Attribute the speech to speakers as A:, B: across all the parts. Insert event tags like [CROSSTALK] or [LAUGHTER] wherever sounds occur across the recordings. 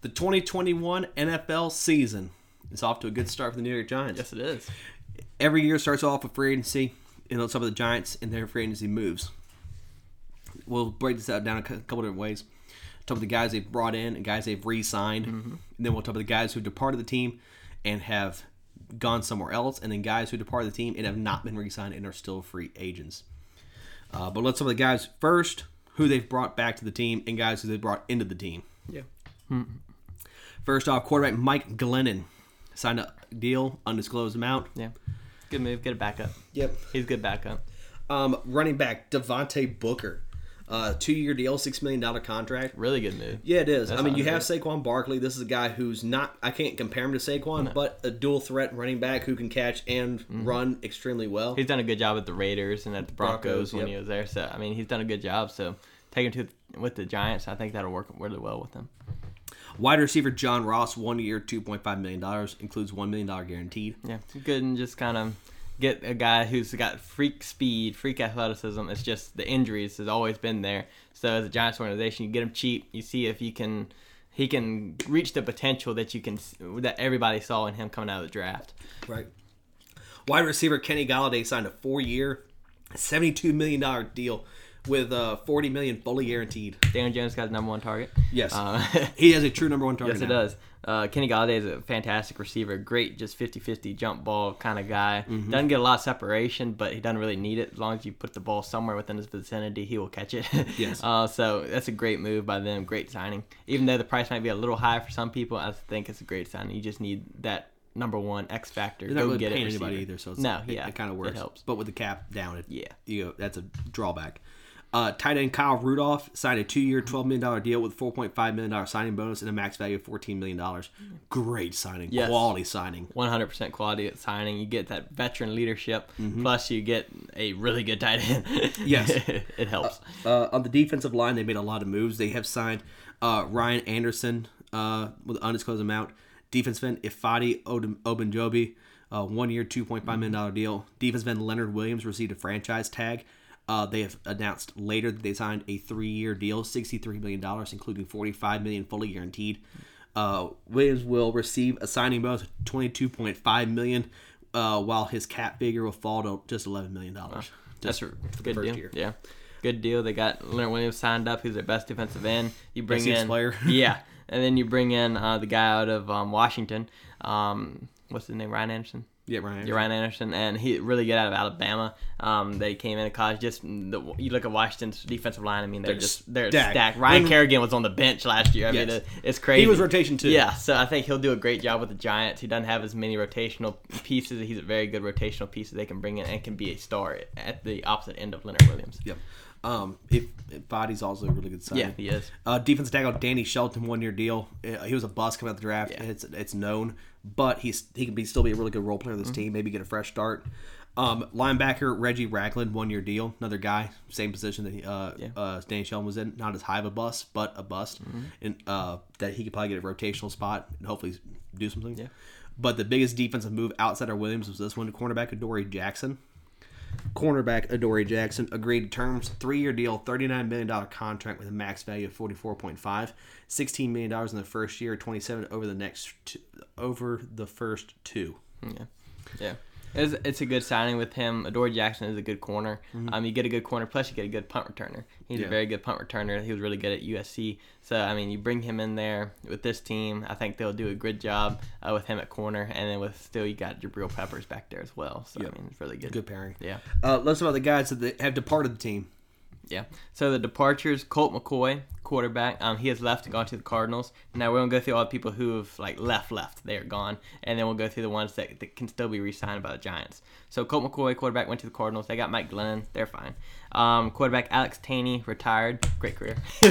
A: The 2021 NFL season is off to a good start for the New York Giants.
B: Yes, it is.
A: Every year starts off with free agency, and then some of the Giants and their free agency moves. We'll break this out down a cou- couple different ways. Talk about the guys they've brought in and guys they've re-signed, and then we'll talk about the guys who departed the team and have gone somewhere else, and then guys who departed the team and have not been re-signed and are still free agents. Uh, but let's talk about the guys first, who they've brought back to the team, and guys who they brought into the team.
B: Yeah.
A: First off, quarterback Mike Glennon signed a deal, undisclosed amount.
B: Yeah. Good move. Get a backup.
A: Yep.
B: He's good backup.
A: Um, running back Devontae Booker, uh, two-year deal, six million dollar contract.
B: Really good move.
A: Yeah, it is. I mean,
B: not
A: you have Saquon Barkley. This is a guy who's not. I can't compare him to Saquon, but a dual threat running back who can catch and run extremely well.
B: He's done a good job at the Raiders and at the Broncos,
A: Broncos,
B: when
A: yep.
B: he was there. So I mean, he's done a good job. So take him to with the Giants. I think that'll work really well with him.
A: Wide receiver John Ross, one year, two point five million dollars, includes one million dollar guaranteed.
B: Yeah, it's good and just kind of get a guy who's got freak speed, freak athleticism. It's just the injuries has always been there. So as a Giants organization, you get him cheap. You see if you can. He can reach the potential that you can that everybody saw in him coming out of the draft.
A: Right. Wide receiver Kenny Galladay signed a four-year, seventy-two million dollar deal with uh, forty million fully guaranteed.
B: Daniel Jones got his number one target.
A: Yes,
B: Uh,
A: [LAUGHS]
B: [LAUGHS]
A: he has a true number one target.
B: Yes, it
A: now.
B: does. Uh, Kenny Galladay is a fantastic receiver, great just 50-50 jump ball kind of guy.
A: Mm-hmm.
B: Doesn't get a lot of separation, but he doesn't really need it. As long as you put the ball somewhere within his vicinity, he will catch it. [LAUGHS]
A: Yes.
B: Uh, so that's a great move by them. Great signing. Even though the price might be a little high for some people, I think it's a great signing. You just need that number one X factor.
A: They're not
B: Go
A: really
B: get
A: paying
B: it, receiver.
A: anybody either, so it's,
B: no,
A: it,
B: yeah,
A: it kind of works.
B: It helps.
A: But with the cap down, it,
B: Yeah.
A: you know, that's a drawback. Uh, tight end Kyle Rudolph signed a two-year,
B: Mm-hmm.
A: twelve million dollar deal with four point five million dollar signing bonus and a max value of fourteen million dollars. Great signing,
B: Yes.
A: quality signing.
B: 100% quality at signing. You get that veteran leadership, plus you get a really good tight end.
A: Mm-hmm. Yes.
B: [LAUGHS] it helps.
A: Uh, on the defensive line, they made a lot of moves. They have signed uh, Ryan Anderson uh, with an undisclosed amount. Defense end Ifadi Odom- Obanjobi, uh, one year, two point five million dollar deal. Defense end Leonard Williams received a franchise tag. Uh, they have announced later that they signed a three year deal, sixty three million dollars, including forty five million fully guaranteed. Uh, Williams will receive a signing bonus of twenty two point five million, uh, while his cap figure will fall to just eleven million dollars.
B: That's a good
A: first
B: deal.
A: year.
B: Yeah, good deal. They got Leonard Williams signed up, who's their best defensive end. You bring
A: Best Eagles
B: in
A: player.
B: [LAUGHS]
A: [LAUGHS]
B: yeah, and then you bring in uh, the guy out of um, Washington. Um, what's his name? Ryan Anderson.
A: Yeah, Ryan.
B: Yeah, Ryan Anderson, and he really good out of Alabama. Um, they came into college. Just the, you look at Washington's defensive line. I mean, they're, just they're
A: stacked.
B: stacked. Ryan
A: And-
B: Kerrigan was on the bench last year. I mean,
A: Yes.
B: it, it's crazy.
A: He was rotation too.
B: Yeah, so I think he'll do a great job with the Giants. He doesn't have as many rotational pieces. He's a very good rotational piece that they can bring in and can be a star at the opposite end of Leonard Williams.
A: Yep. Um, if, if body's also a really good sign.
B: Yeah, he is.
A: Uh, defensive tackle Danny Shelton, one year deal. Uh, He was a bust coming out the draft. It's it's known, but he's he can be still be a really good role player of this
B: Mm-hmm.
A: team. Maybe get a fresh start. Um, linebacker Reggie Ragland, one year deal. Another guy, same position that he, uh, uh, Danny Shelton was in. Not as high of a bust, but a bust,
B: Mm-hmm.
A: and uh, that he could probably get a rotational spot and hopefully do something.
B: Yeah.
A: But the biggest defensive move outside of Williams was this one: cornerback Adoree Jackson cornerback Adoree Jackson agreed to terms, three-year deal, $39 million contract with a max value of 44.5, $16 million in the first year, 27 over the next two, over the first two.
B: Yeah, yeah. It's, it's a good signing with him. Adore Jackson is a good corner. Um, you get a good corner, plus you get a good punt returner. He's
A: Yeah.
B: a very good punt returner. He was really good at USC. So I mean, you bring him in there with this team. I think they'll do a good job uh, with him at corner, and then with still you got Jabril Peppers back there as well. So I mean, it's really good.
A: Good pairing.
B: Yeah.
A: Uh, let's talk about the guys that have departed the team.
B: Yeah. So the departures: Colt McCoy, quarterback. Um, he has left and gone to the Cardinals. Now we're gonna go through all the people who have like left, left. They're gone, and then we'll go through the ones that, that can still be re-signed by the Giants. So Colt McCoy, quarterback, went to the Cardinals. They got Mike Glennon. They're fine. Um, quarterback Alex Taney retired. Great career, [LAUGHS]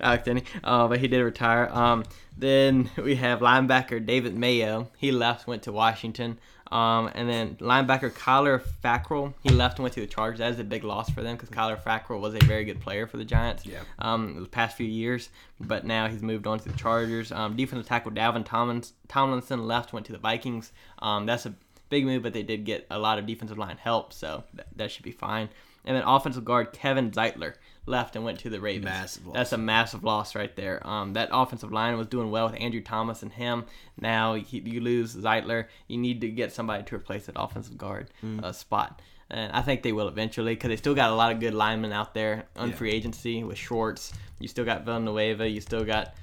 B: Alex Taney. Uh, but he did retire. Um, then we have linebacker David Mayo. He left, went to Washington. Um, and then linebacker Kyler Fackrell, he left and went to the Chargers. That is a big loss for them because Kyler Fackrell was a very good player for the Giants
A: Yeah.
B: um, the past few years, but now he's moved on to the Chargers. Um, defensive tackle Dalvin Tomlins, Tomlinson left, went to the Vikings. Um, that's a big move, but they did get a lot of defensive line help, so that, that should be fine. And then offensive guard Kevin Zeitler left and went to the Ravens.
A: Massive loss.
B: That's a massive loss right there. Um, that offensive line was doing well with Andrew Thomas and him. Now he, you lose Zeitler. You need to get somebody to replace that offensive guard uh, spot. And I think they will eventually because they still got a lot of good linemen out there on
A: Yeah.
B: free agency with Schwartz. You still got Villanueva. You still got.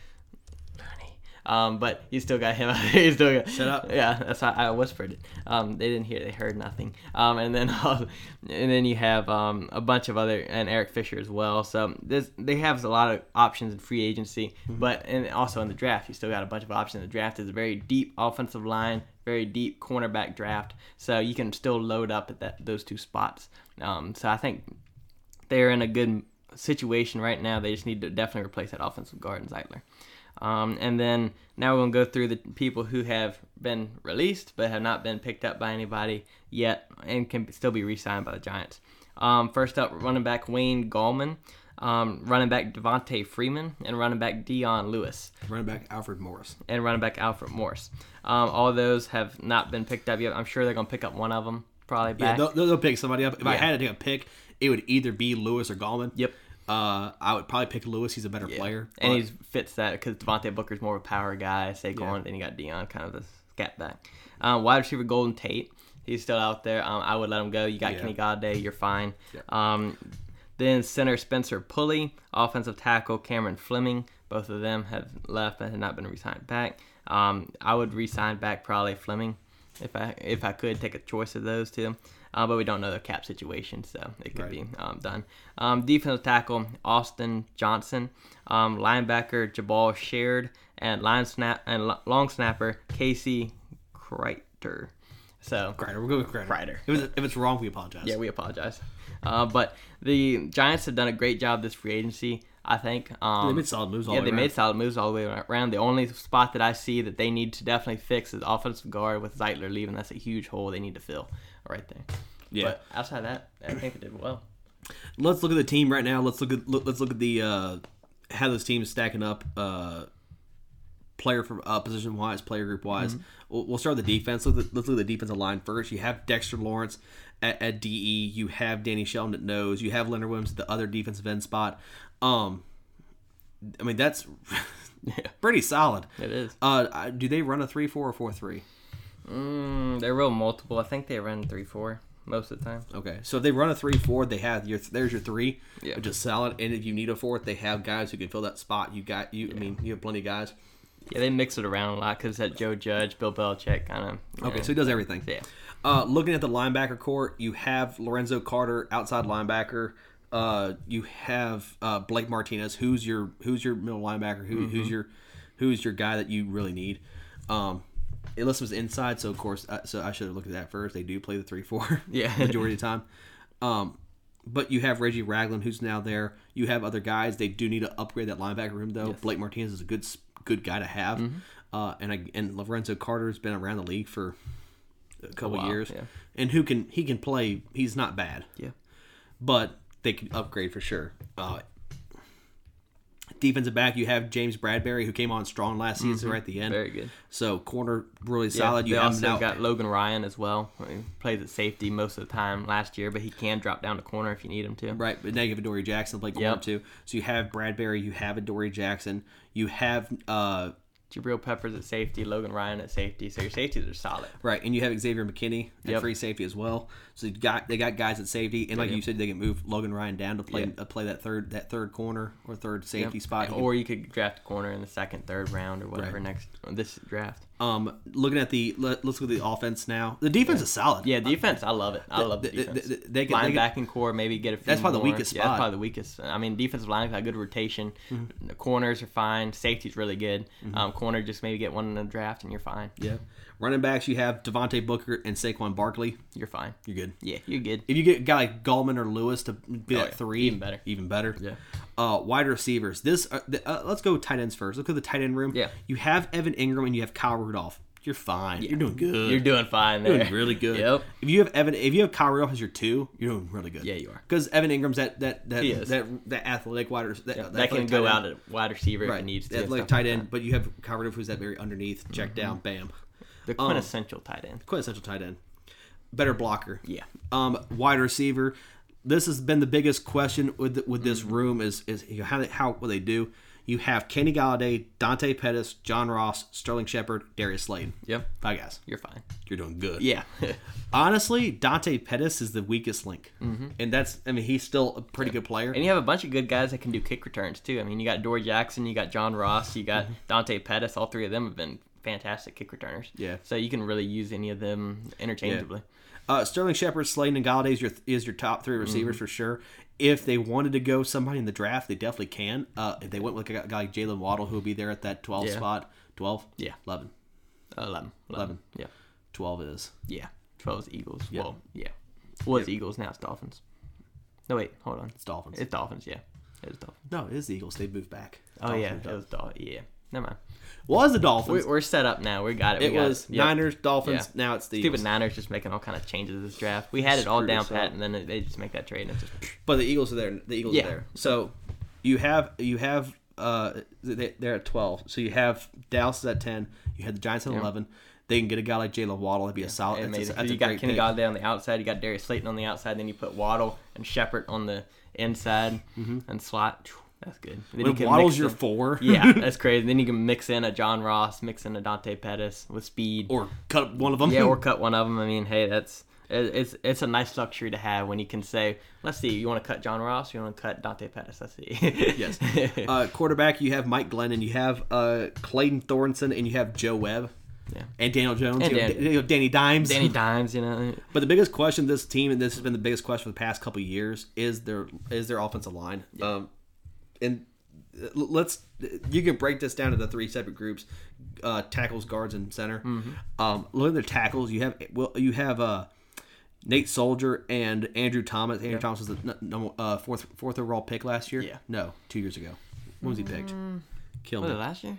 B: Um, but you still got him [LAUGHS] out there. You still got,
A: Shut up.
B: yeah, that's how I whispered it. Um, they didn't hear; it. they heard nothing. Um, and then [LAUGHS] and then you have um, a bunch of other and Eric Fisher as well. So this they have a lot of options in free agency,
A: Mm-hmm.
B: but and also in the draft, you still got a bunch of options. The draft is a very deep offensive line, very deep cornerback draft, so you can still load up at that those two spots. Um, so I think they're in a good situation right now. They just need to definitely replace that offensive guard and Zeitler. Um, and then now we're going to go through the people who have been released but have not been picked up by anybody yet and can still be re signed by the Giants. Um, first up, running back Wayne Gallman, um, running back Devontae Freeman, and running back Dion Lewis
A: Running back Alfred Morris.
B: and running back Alfred Morse. Um, all those have not been picked up yet. I'm sure they're going to pick up one of them, probably
A: Yeah,
B: back.
A: they'll, they'll they'll pick somebody up. If I
B: Yeah.
A: had to take a pick, it would either be Lewis or Gallman.
B: Yep.
A: Uh, I would probably pick Lewis. He's a better player.
B: And
A: but-
B: he fits that because Devontae Booker's more of a power guy. Saquon, then you got Dion, kind of a scat back. Um, wide receiver Golden Tate, he's still out there. Um, I would let him go. You got
A: Yeah.
B: Kenny Galladay, you're fine. Um, then center Spencer Pulley, offensive tackle Cameron Fleming. Both of them have left and have not been re-signed back. Um, I would re-sign back probably Fleming if I if I could take a choice of those two. Uh, but we don't know the cap situation, so it could be um, done. Um, defensive tackle Austin Johnson, um, linebacker Jabal Shared, and line snap and lo- long snapper Casey Kreiter. So
A: Kreider. We'll go with Kreider.
B: Kreider.
A: If it's, if it's wrong, we apologize.
B: yeah, we apologize. Uh, but the Giants have done a great job this free agency. I think um,
A: they made solid moves all
B: yeah,
A: the
B: they
A: way
B: made
A: around.
B: solid moves all the way around. The only spot that I see that they need to definitely fix is offensive guard with Zeitler leaving. That's a huge hole they need to fill right there.
A: Yeah.
B: But outside of that, I think they did well.
A: let's look at the team right now. Let's look at look, let's look at the uh, how those teams stacking up. Uh, player for uh, position wise, player group wise.
B: Mm-hmm.
A: We'll, we'll start with the defense. Let's, look at- let's look at the defensive line first. You have Dexter Lawrence at, at DE. You have Danny Shelton at nose. You have Leonard Williams at the other defensive end spot. Um, I mean that's [LAUGHS] pretty solid.
B: It is.
A: Uh, I- do they run a three four or four three?
B: Mm, they're real multiple. I think they run three four most of the time.
A: Okay, so if they run a three four, they have your there's your three,
B: Yeah.
A: which is solid. And if you need a fourth, they have guys who can fill that spot. You got you. I mean, you have plenty of guys.
B: Yeah, they mix it around a lot because that Joe Judge, Bill Belichick, kind of.
A: Okay, so he does everything.
B: Yeah.
A: Uh, looking at the linebacker court, you have Lorenzo Carter, outside linebacker. Uh, you have uh, Blake Martinez, who's your who's your middle linebacker, who,
B: Mm-hmm.
A: who's your who's your guy that you really need. Um, unless it was inside, so of course, uh, so I should have looked at that first. They do play the three four,
B: Yeah.
A: [LAUGHS] majority of the time. Um, but you have Reggie Ragland, who's now there. You have other guys. They do need to upgrade that linebacker room, though. Blake Martinez is a good s- good guy to have,
B: Mm-hmm.
A: uh, and I, and Lorenzo Carter has been around the league for a couple
B: while,
A: years,
B: yeah.
A: and who can he can play. He's not bad,
B: Yeah.
A: but they could upgrade for sure. Uh, defensive back, you have James Bradbury, who came on strong last season right at the end.
B: Mm-hmm. Very good.
A: So corner really solid.
B: They
A: You have him
B: also
A: now.
B: got Logan Ryan as well. He plays at safety most of the time last year, but he can drop down to corner if you need him to.
A: Right, but now you have Adoree Jackson to play corner
B: Yep.
A: too. So you have Bradbury, you have Adoree Jackson, you have uh,
B: Jabril Peppers at safety, Logan Ryan at safety. So your safeties are solid.
A: Right, and you have Xavier McKinney at
B: Yep.
A: free safety as well. So you got they got guys at safety, and like you said, they can move Logan Ryan down to play uh, play that third that third corner or third safety spot.
B: Or you could draft a corner in the second, third round or whatever
A: Right.
B: next this draft.
A: um, looking at the let, us look at the offense now. The defense is solid.
B: Yeah, defense. I love it. I love the
A: They- they,
B: defense.
A: they, they can, they can-
B: Linebacking core, maybe get a few.
A: That's probably the
B: more.
A: weakest
B: Yeah, that's
A: spot. Mm-hmm.
B: probably the weakest. I mean, defensive line got good rotation. The corners are fine. Safety's really good. Um, corner just maybe get one in the draft and you're fine.
A: yeah. Running backs, you have Devontae Booker and Saquon Barkley.
B: You're fine.
A: You're good.
B: Yeah, you're good.
A: If you get a guy like Gallman or Lewis to be that
B: Oh, yeah.
A: three,
B: Even better.
A: Even better. Uh, wide receivers. This uh, the, uh, let's go tight ends first. Look at the tight end room.
B: Yeah.
A: You have Evan Ingram and you have Kyle Rudolph. You're fine. You're doing good.
B: You're doing fine there.
A: You're doing
B: [LAUGHS]
A: really good.
B: Yep.
A: If you have Evan, if you have Kyle Rudolph as your two, you're doing really good.
B: Yeah, you are.
A: Because Evan Ingram's that that that
B: He is.
A: that, that athletic wide rec- that,
B: That can
A: athletic
B: go
A: tight
B: out
A: end.
B: at wide receiver if
A: right.
B: it needs to.
A: That
B: and
A: like
B: stuff Mm-hmm.
A: tight end, but you have Kyle Rudolph who's that very underneath check down, bam,
B: The quintessential tight end.
A: quintessential tight end, better blocker.
B: Yeah.
A: Um, wide receiver. this has been the biggest question with the, with this room is is you know, how they, how will they do? You have Kenny Galladay, Dante Pettis, John Ross, Sterling Shepard, Darius Slade.
B: Yep.
A: Five guys.
B: You're fine.
A: You're doing good.
B: [LAUGHS] Yeah.
A: Honestly, Dante Pettis is the weakest link, and that's I mean he's still a pretty good player.
B: Mm-hmm. and you have a bunch of good guys that can do kick returns too. I mean, you got Dory Jackson, you got John Ross, you got Dante Pettis. All three of them have been fantastic kick returners.
A: Yeah.
B: So you can really use any of them interchangeably.
A: Uh, Sterling Shepard, Slade, and Galladay is your is your top three receivers for sure. If they wanted to go somebody in the draft, they definitely can. Uh, if they went with a guy like Jalen Waddle, who'll be there at that 12
B: Yeah.
A: spot, 12,
B: Yeah.
A: 11,
B: 11.
A: 11.
B: Yeah.
A: 12 is
B: Yeah. 12 is Eagles.
A: Yeah.
B: Well, yeah. Was Eagles, now it's Dolphins. No, wait, hold on.
A: it's Dolphins.
B: It's Dolphins, yeah. It was Dolphins.
A: no, it is the Eagles. They moved back.
B: Oh,
A: Dolphins
B: yeah.
A: moved
B: It
A: up.
B: was Dolphins. Yeah. Never mind.
A: was the Dolphins.
B: We're, we're set up now. We got it. We
A: it
B: got
A: was
B: Yep.
A: Niners, Dolphins.
B: Yeah.
A: Now it's the
B: Stupid
A: Eagles.
B: Niners just making all kind of changes this draft. We had it all
A: Screwed
B: down
A: us
B: pat,
A: up.
B: and then they just make that trade, and it's just
A: but the Eagles are there. The Eagles
B: Yeah.
A: are there. So you have you have uh they, they're at twelve. So you have Dallas is at ten. You had the Giants at eleven. They can get a guy like Jalen Waddle. That'd be a solid. Oh, that's a-
B: amazing.
A: that's a
B: you got
A: great
B: Kenny
A: pick.
B: Galladay on the outside, you got Darius Slayton on the outside, then you put Waddle and Shepard on the inside and slot. Phew, That's good. Then you
A: When
B: can
A: Mm-hmm. Waddle's
B: mix
A: your
B: in-
A: four,
B: [LAUGHS] yeah, that's crazy. Then you can mix in a John Ross, mix in a Dante Pettis with speed,
A: [LAUGHS] or cut up one of them.
B: yeah, or cut one of them. I mean, hey, that's it- it's it's a nice luxury to have when you can say, let's see, you want to cut John Ross, you want to cut Dante Pettis. Let's see.
A: [LAUGHS]
B: [LAUGHS]
A: yes. Uh, quarterback, you have Mike Glennon, you have uh, Clayton Thornton, and you have Joe Webb.
B: Yeah.
A: And Daniel Jones,
B: And
A: you, have
B: Dan-
A: Da- you have Danny Dimes.
B: Danny Dimes, you know,
A: But the biggest question this team, and this has been the biggest question for the past couple of years, is their is their offensive line. Um, and uh, l- let's you can break this down into three separate groups: uh, tackles, guards, and center.
B: Mm-hmm.
A: Um, look at their tackles. You have well, you have uh, Nate Soldier and Andrew Thomas. Andrew Thomas was the n- number- uh, fourth fourth overall pick last year.
B: Yeah. Mm-hmm.
A: no, two years ago. When was he picked? Kill
B: was it
A: me.
B: last year?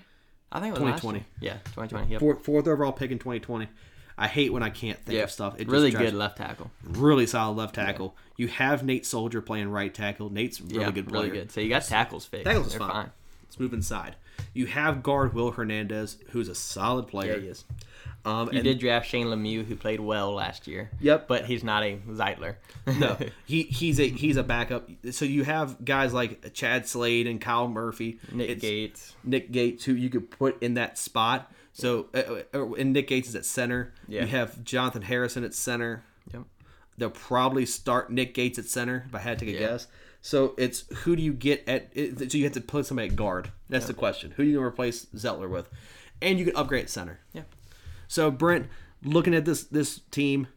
B: I think it was
A: 2020.
B: Last year. Yeah, 2020. Yep.
A: Fourth, fourth overall pick in 2020. I hate when I can't think
B: Yeah.
A: of stuff. It just
B: really
A: drives
B: good left tackle.
A: really solid left tackle. You have Nate Soldier playing right tackle. Nate's a really
B: yeah,
A: good player.
B: Really good. So you got tackles fixed.
A: Tackles is
B: They're
A: fine. Let's move inside. You have guard Will Hernandez, who's a solid player.
B: Yeah, he is.
A: Um,
B: You
A: and
B: did draft Shane Lemieux, who played well last year.
A: Yep.
B: But he's not a Zeitler.
A: no, he he's a he's a backup. So you have guys like Chad Slade and Kyle Murphy,
B: [LAUGHS] Nick
A: It's-
B: Gates.
A: Nick Gates, who you could put in that spot. So uh, uh, and Nick Gates is at center.
B: Yeah.
A: You have Jonathan Harrison at center.
B: Yep.
A: they'll probably start Nick Gates at center. If I had to take a
B: Yeah.
A: guess, so it's who do you get at? It, so you have to put somebody at guard. That's the question. Who are you gonna replace Zettler with? And you can upgrade at center.
B: Yeah.
A: So Brent, looking at this this team,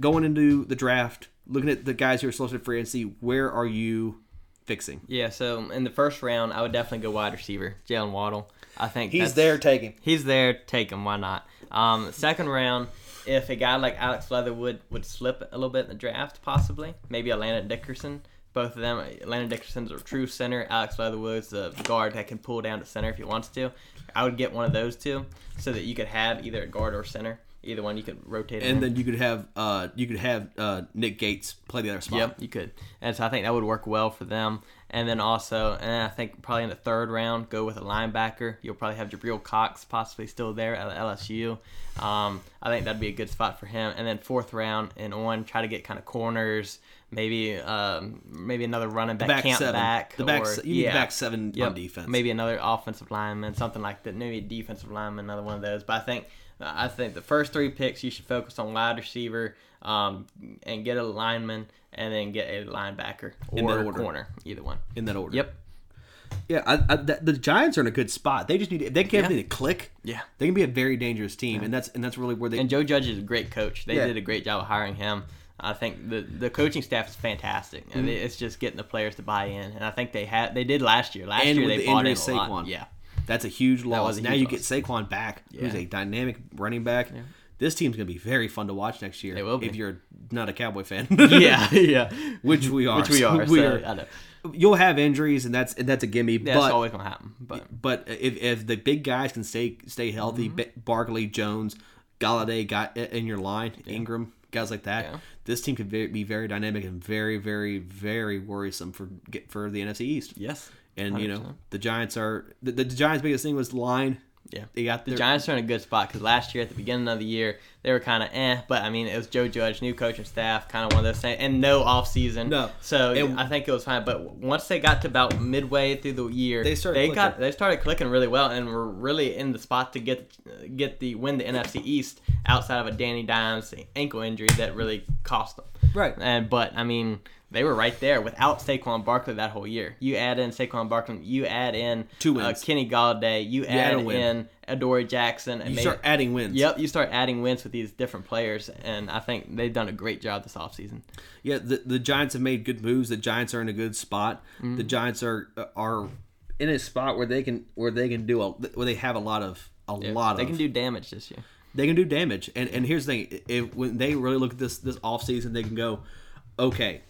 A: going into the draft, looking at the guys who are selected for agency, where are you fixing?
B: Yeah. So in the first round, I would definitely go wide receiver, Jalen Waddle. I think that's-
A: taking.
B: He's there. Take him. Why not? Um, second round, if a guy like Alex Leatherwood would slip a little bit in the draft, possibly maybe Atlanta Dickerson. Both of them, Atlanta Dickerson's a true center. Alex Leatherwood's a guard that can pull down to center if he wants to. I would get one of those two so that you could have either a guard or center. Either one you could rotate. in.
A: And then you could have uh you could have uh Nick Gates play the other spot.
B: Yep, you could. And so I think that would work well for them. And then also, and then I think probably in the third round, go with a linebacker. You'll probably have Jabril Cox possibly still there at LSU. Um, I think that'd be a good spot for him. And then fourth round and on, try to get kind of corners, maybe um, maybe another running back,
A: Back
B: camp
A: seven.
B: back,
A: the back
B: or-
A: se- you need
B: yeah.
A: the back seven
B: Yep.
A: on defense.
B: Maybe another offensive lineman, something like that. Maybe a defensive lineman, another one of those. But I think I think the first three picks you should focus on wide receiver, um, and get a lineman, and then get a linebacker
A: In that
B: or a
A: order.
B: corner, either one.
A: in that order.
B: Yep.
A: Yeah, I, I, the, the Giants are in a good spot. They just need if they can get everything to click.
B: Yeah.
A: they can be a very dangerous team, and that's and that's really where they.
B: And Joe Judge is a great coach. They
A: Yeah.
B: did a great job of hiring him. I think the the coaching staff is fantastic,
A: Mm-hmm.
B: and it's just getting the players to buy in. And I think they had they did last year. Last
A: And
B: year
A: with
B: they
A: the
B: bought
A: injury
B: in a
A: of
B: lot.
A: Saquon. [LAUGHS]
B: Yeah.
A: that's a huge loss.
B: was a
A: now
B: huge
A: you get Saquon back, who's
B: Yeah.
A: a dynamic running back. This team's gonna be very fun to watch next year.
B: They will be.
A: if you're not a Cowboy fan.
B: [LAUGHS] yeah, yeah,
A: [LAUGHS] which we are.
B: which we are.
A: So [LAUGHS] we
B: so,
A: are-
B: I know.
A: You'll have injuries, and that's and that's a gimme.
B: That's
A: but
B: always gonna happen. But
A: but if, if the big guys can stay stay healthy,
B: Mm-hmm.
A: Ba- Barkley, Jones, Galladay got in your line, Ingram, guys like that,
B: Yeah.
A: this team could ve- be very dynamic and very, very, very worrisome for get for the NFC East.
B: yes,
A: And you know
B: 100%.
A: the Giants are the, the Giants' biggest thing was line
B: Yeah.
A: They got
B: The
A: their-
B: Giants are in a good spot because last year at the beginning of the year they were kind of eh, but I mean it was Joe Judge, new coach and staff, kind of one of those things, and no off season.
A: No.
B: so
A: And-
B: I think it was fine. But once they got to about midway through the year,
A: They started
B: they
A: clicking.
B: got they started clicking really well and were really in the spot to get get the win the NFC East outside of a Danny Dimes ankle injury that really cost them.
A: Right.
B: And Eh, but I mean they were right there without Saquon Barkley that whole year. You add in Saquon Barkley, you add in
A: Two
B: uh,
A: wins.
B: Kenny Galladay, you
A: add
B: add
A: a win.
B: in Adore Jackson. And
A: You
B: they-
A: start adding wins.
B: Yep, you start adding wins with these different players, and I think they've done a great job this offseason.
A: Yeah, the, the Giants have made good moves. The Giants are in a good spot. The
B: Mm-hmm.
A: Giants are are in a spot where they can where they can do a where they have a lot of a lot
B: They
A: of
B: can do damage this year.
A: they can do damage. And and here's the thing: if when they really look at this this offseason, they can go, okay,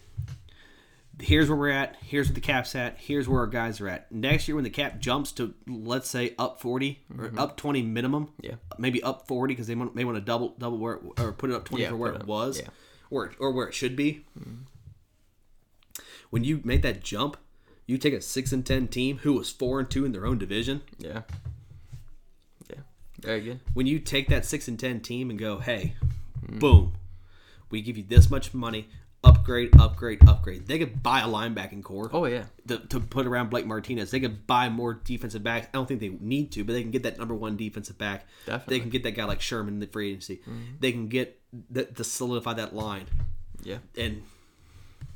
A: here's where we're at. Here's what the cap's at. Here's where our guys are at. Next year, when the cap jumps to let's say up forty
B: Mm-hmm.
A: or up twenty minimum,
B: Yeah.
A: maybe up forty because they want, may want to double double where it, or put it up twenty
B: Yeah,
A: for where
B: put it
A: it
B: up-
A: was,
B: yeah. Mm-hmm.
A: or or where it should be. When you make that jump, you take a six and ten team who was four and two in their own division
B: Yeah. Yeah. Very good.
A: when you take that six and ten team and go, hey, boom, we give you this much money, upgrade, upgrade, upgrade. They could buy a linebacking core
B: Oh, yeah.
A: to, to put around Blake Martinez. They could buy more defensive backs. I don't think they need to, but they can get that number one defensive back.
B: Definitely. Mm-hmm.
A: They can get that guy like Sherman in the free agency. They can get that to solidify that line,
B: Yeah.
A: and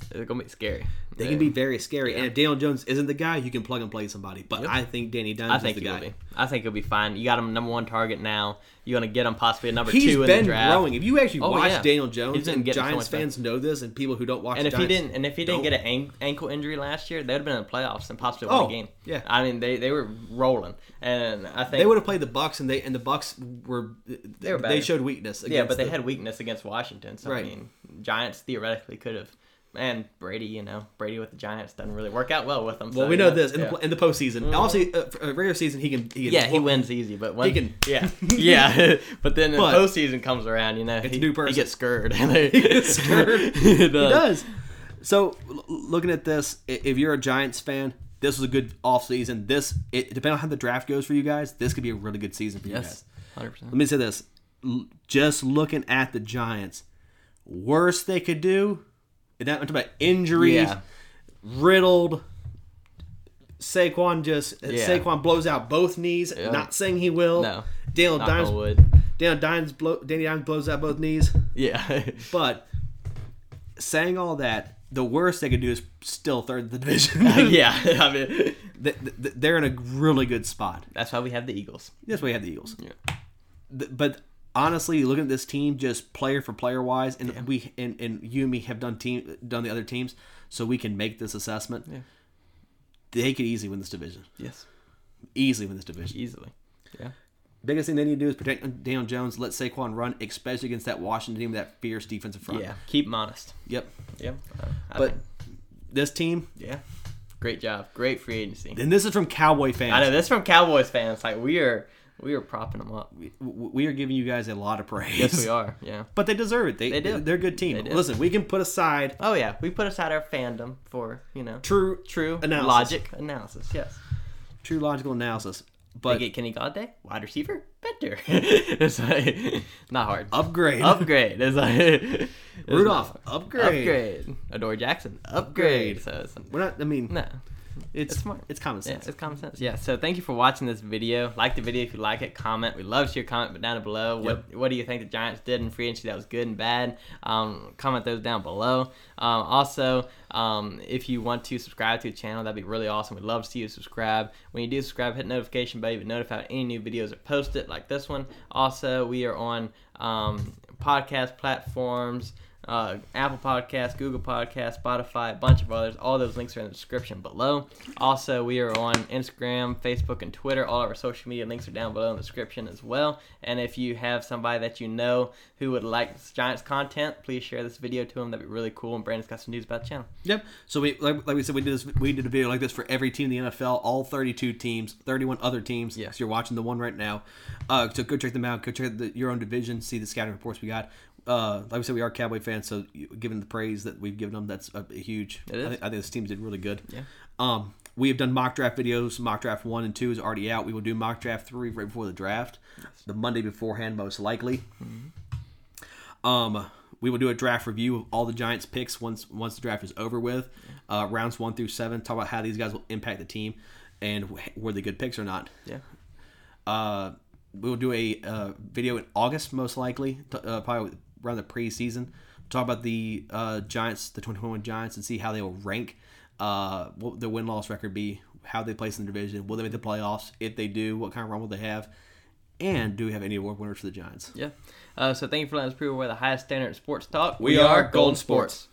B: It's going to be scary.
A: they can be very scary. And if Daniel Jones isn't the guy, you can plug and play somebody. But I think Danny Dimes
B: I think
A: is the
B: he will
A: guy.
B: be. I think he'll be fine. You got him number one target now. You're going to get him possibly a number
A: He's
B: two in the
A: been
B: draft.
A: growing. If you actually
B: Oh,
A: watch
B: yeah.
A: Daniel
B: He's
A: Jones,
B: been
A: and
B: getting so
A: Giants
B: much better.
A: fans know this, and people who don't watch
B: And if he
A: Giants-
B: didn't, and if he didn't
A: don't.
B: get an an- ankle injury last year, they'd have been in the playoffs and possibly won
A: Oh,
B: a game.
A: yeah.
B: I mean they, they were rolling, and I think
A: they would have played the Bucks, and they and the Bucks were they,
B: were better.
A: showed weakness.
B: yeah, but
A: against
B: they
A: the-
B: had weakness against Washington. So
A: Right.
B: I mean, Giants theoretically could have, and Brady, you know, Brady with the Giants doesn't really work out well with them.
A: Well,
B: so,
A: we
B: you
A: know this in
B: yeah. Mm-hmm.
A: the in the postseason. Obviously, uh, for- uh, regular season he can. He can
B: Yeah, he wins easy, but when
A: He can-
B: [LAUGHS]
A: [LAUGHS]
B: yeah, yeah, [LAUGHS] but then the
A: But-
B: postseason comes around, you know,
A: a
B: he,
A: new
B: he
A: person.
B: gets
A: [LAUGHS]
B: scurred. he
A: gets scurred.
B: [LAUGHS] he
A: He
B: does.
A: does. So l- looking at this, i- if you're a Giants fan, this was a good offseason. This it depending on how the draft goes for you guys, this could be a really good season for you guys.
B: Yes, hundred
A: Let
B: percent.
A: me say this: L- just looking at the Giants, worst they could do. And that- I'm talking about injuries,
B: Yeah.
A: riddled. Saquon just uh,
B: Yeah.
A: Saquon blows out both knees. Not saying he will.
B: No.
A: Daniel
B: Knock on
A: Dimes.
B: wood.
A: Daniel Dimes blow. Danny Dimes blows out both knees. [LAUGHS]
B: Yeah, [LAUGHS]
A: But saying all that, the worst they could do is still third in the [LAUGHS] division.
B: Uh, yeah. [LAUGHS] I mean,
A: Th- th- They're in a really good spot.
B: that's why we have the Eagles.
A: That's why you have the Eagles.
B: Yeah.
A: Th- but honestly, looking at this team, just player for player wise, and we and, and you and me have done team done the other teams, so we can make this assessment.
B: Yeah.
A: They could easily win this division.
B: Yes,
A: Easily win this division.
B: easily. Yeah.
A: Biggest thing they need to do is protect uh, Daniel Jones. Let Saquon run, especially against that Washington team, with that fierce defensive front.
B: Yeah, keep 'em honest.
A: Yep.
B: Yeah,
A: But this team,
B: yeah, great job, great free agency.
A: and this is from Cowboy fans.
B: I know this from Cowboys fans. Like we are, we are propping them up.
A: W- We are giving you guys a lot of praise.
B: Yes, we are. Yeah.
A: [LAUGHS] But they deserve it. They,
B: They do.
A: They're a good team.
B: They do.
A: Listen, we can put aside
B: [LAUGHS] Oh yeah, we put aside our fandom for you know
A: true
B: true
A: Analysis.
B: logic analysis. Yes.
A: true logical analysis,
B: But
A: but
B: they get Kenny Galladay, wide receiver, [LAUGHS] better. it's like [LAUGHS] not hard.
A: upgrade.
B: [LAUGHS] Upgrade. It's like it's
A: Rudolph,
B: not-
A: upgrade.
B: Upgrade. Adore Jackson. Upgrade.
A: Upgrade.
B: So it's,
A: We're not. I mean,
B: no.
A: it's,
B: it's smart.
A: It's common
B: Yeah,
A: sense.
B: it's common sense. Yeah. So thank you for watching this video. Like the video if you like it. Comment. We love to see your comment but down below. What What do you think the Giants did in free agency that was good and bad? Um, comment those down below. Um, also, um, if you want to subscribe to the channel, that'd be really awesome. We'd love to see you subscribe. When you do subscribe, hit notification bell. You'll be notified when any new videos are posted, like this one. Also, we are on um, podcast platforms uh, Apple Podcasts, Google Podcasts, Spotify, a bunch of others. All those links are in the description below. Also, we are on Instagram, Facebook, and Twitter. All of our social media links are down below in the description as well. And if you have somebody that you know who would like this Giants content, please share this video to them. That'd be really cool. And Brandon's got some news about the channel.
A: Yep. So we like, like we said we did this we did a video like this for every team in the NFL, all 32 teams, 31 other teams.
B: Yeah.
A: So you're watching the one right now. Uh, so go check them out. Go check the, your own division. See the scouting reports we got. Uh, like we said, we are Cowboy fans, so you, given the praise that we've given them, that's a, a huge.
B: It is.
A: I, think, I think this team did really good.
B: Yeah.
A: Um, We have done mock draft videos. Mock draft one and two is already out. We will do mock draft three right before the draft, the Monday beforehand, most likely. Um, we will do a draft review of all the Giants picks once once the draft is over with, uh, rounds one through seven. Talk about how these guys will impact the team, and wh- were they good picks or not.
B: Yeah.
A: Uh, we will do a uh, video in August, most likely, t- uh, probably around the preseason. Talk about the uh, Giants, the 2021 Giants, and see how they will rank. Uh, what their win loss record be, how they place in the division, will they make the playoffs? If they do, what kind of run will they have? And do we have any award winners for the Giants?
B: Yeah. Uh, so thank you for letting us prove where the highest standard of sports talk.
A: We are Golden Sports.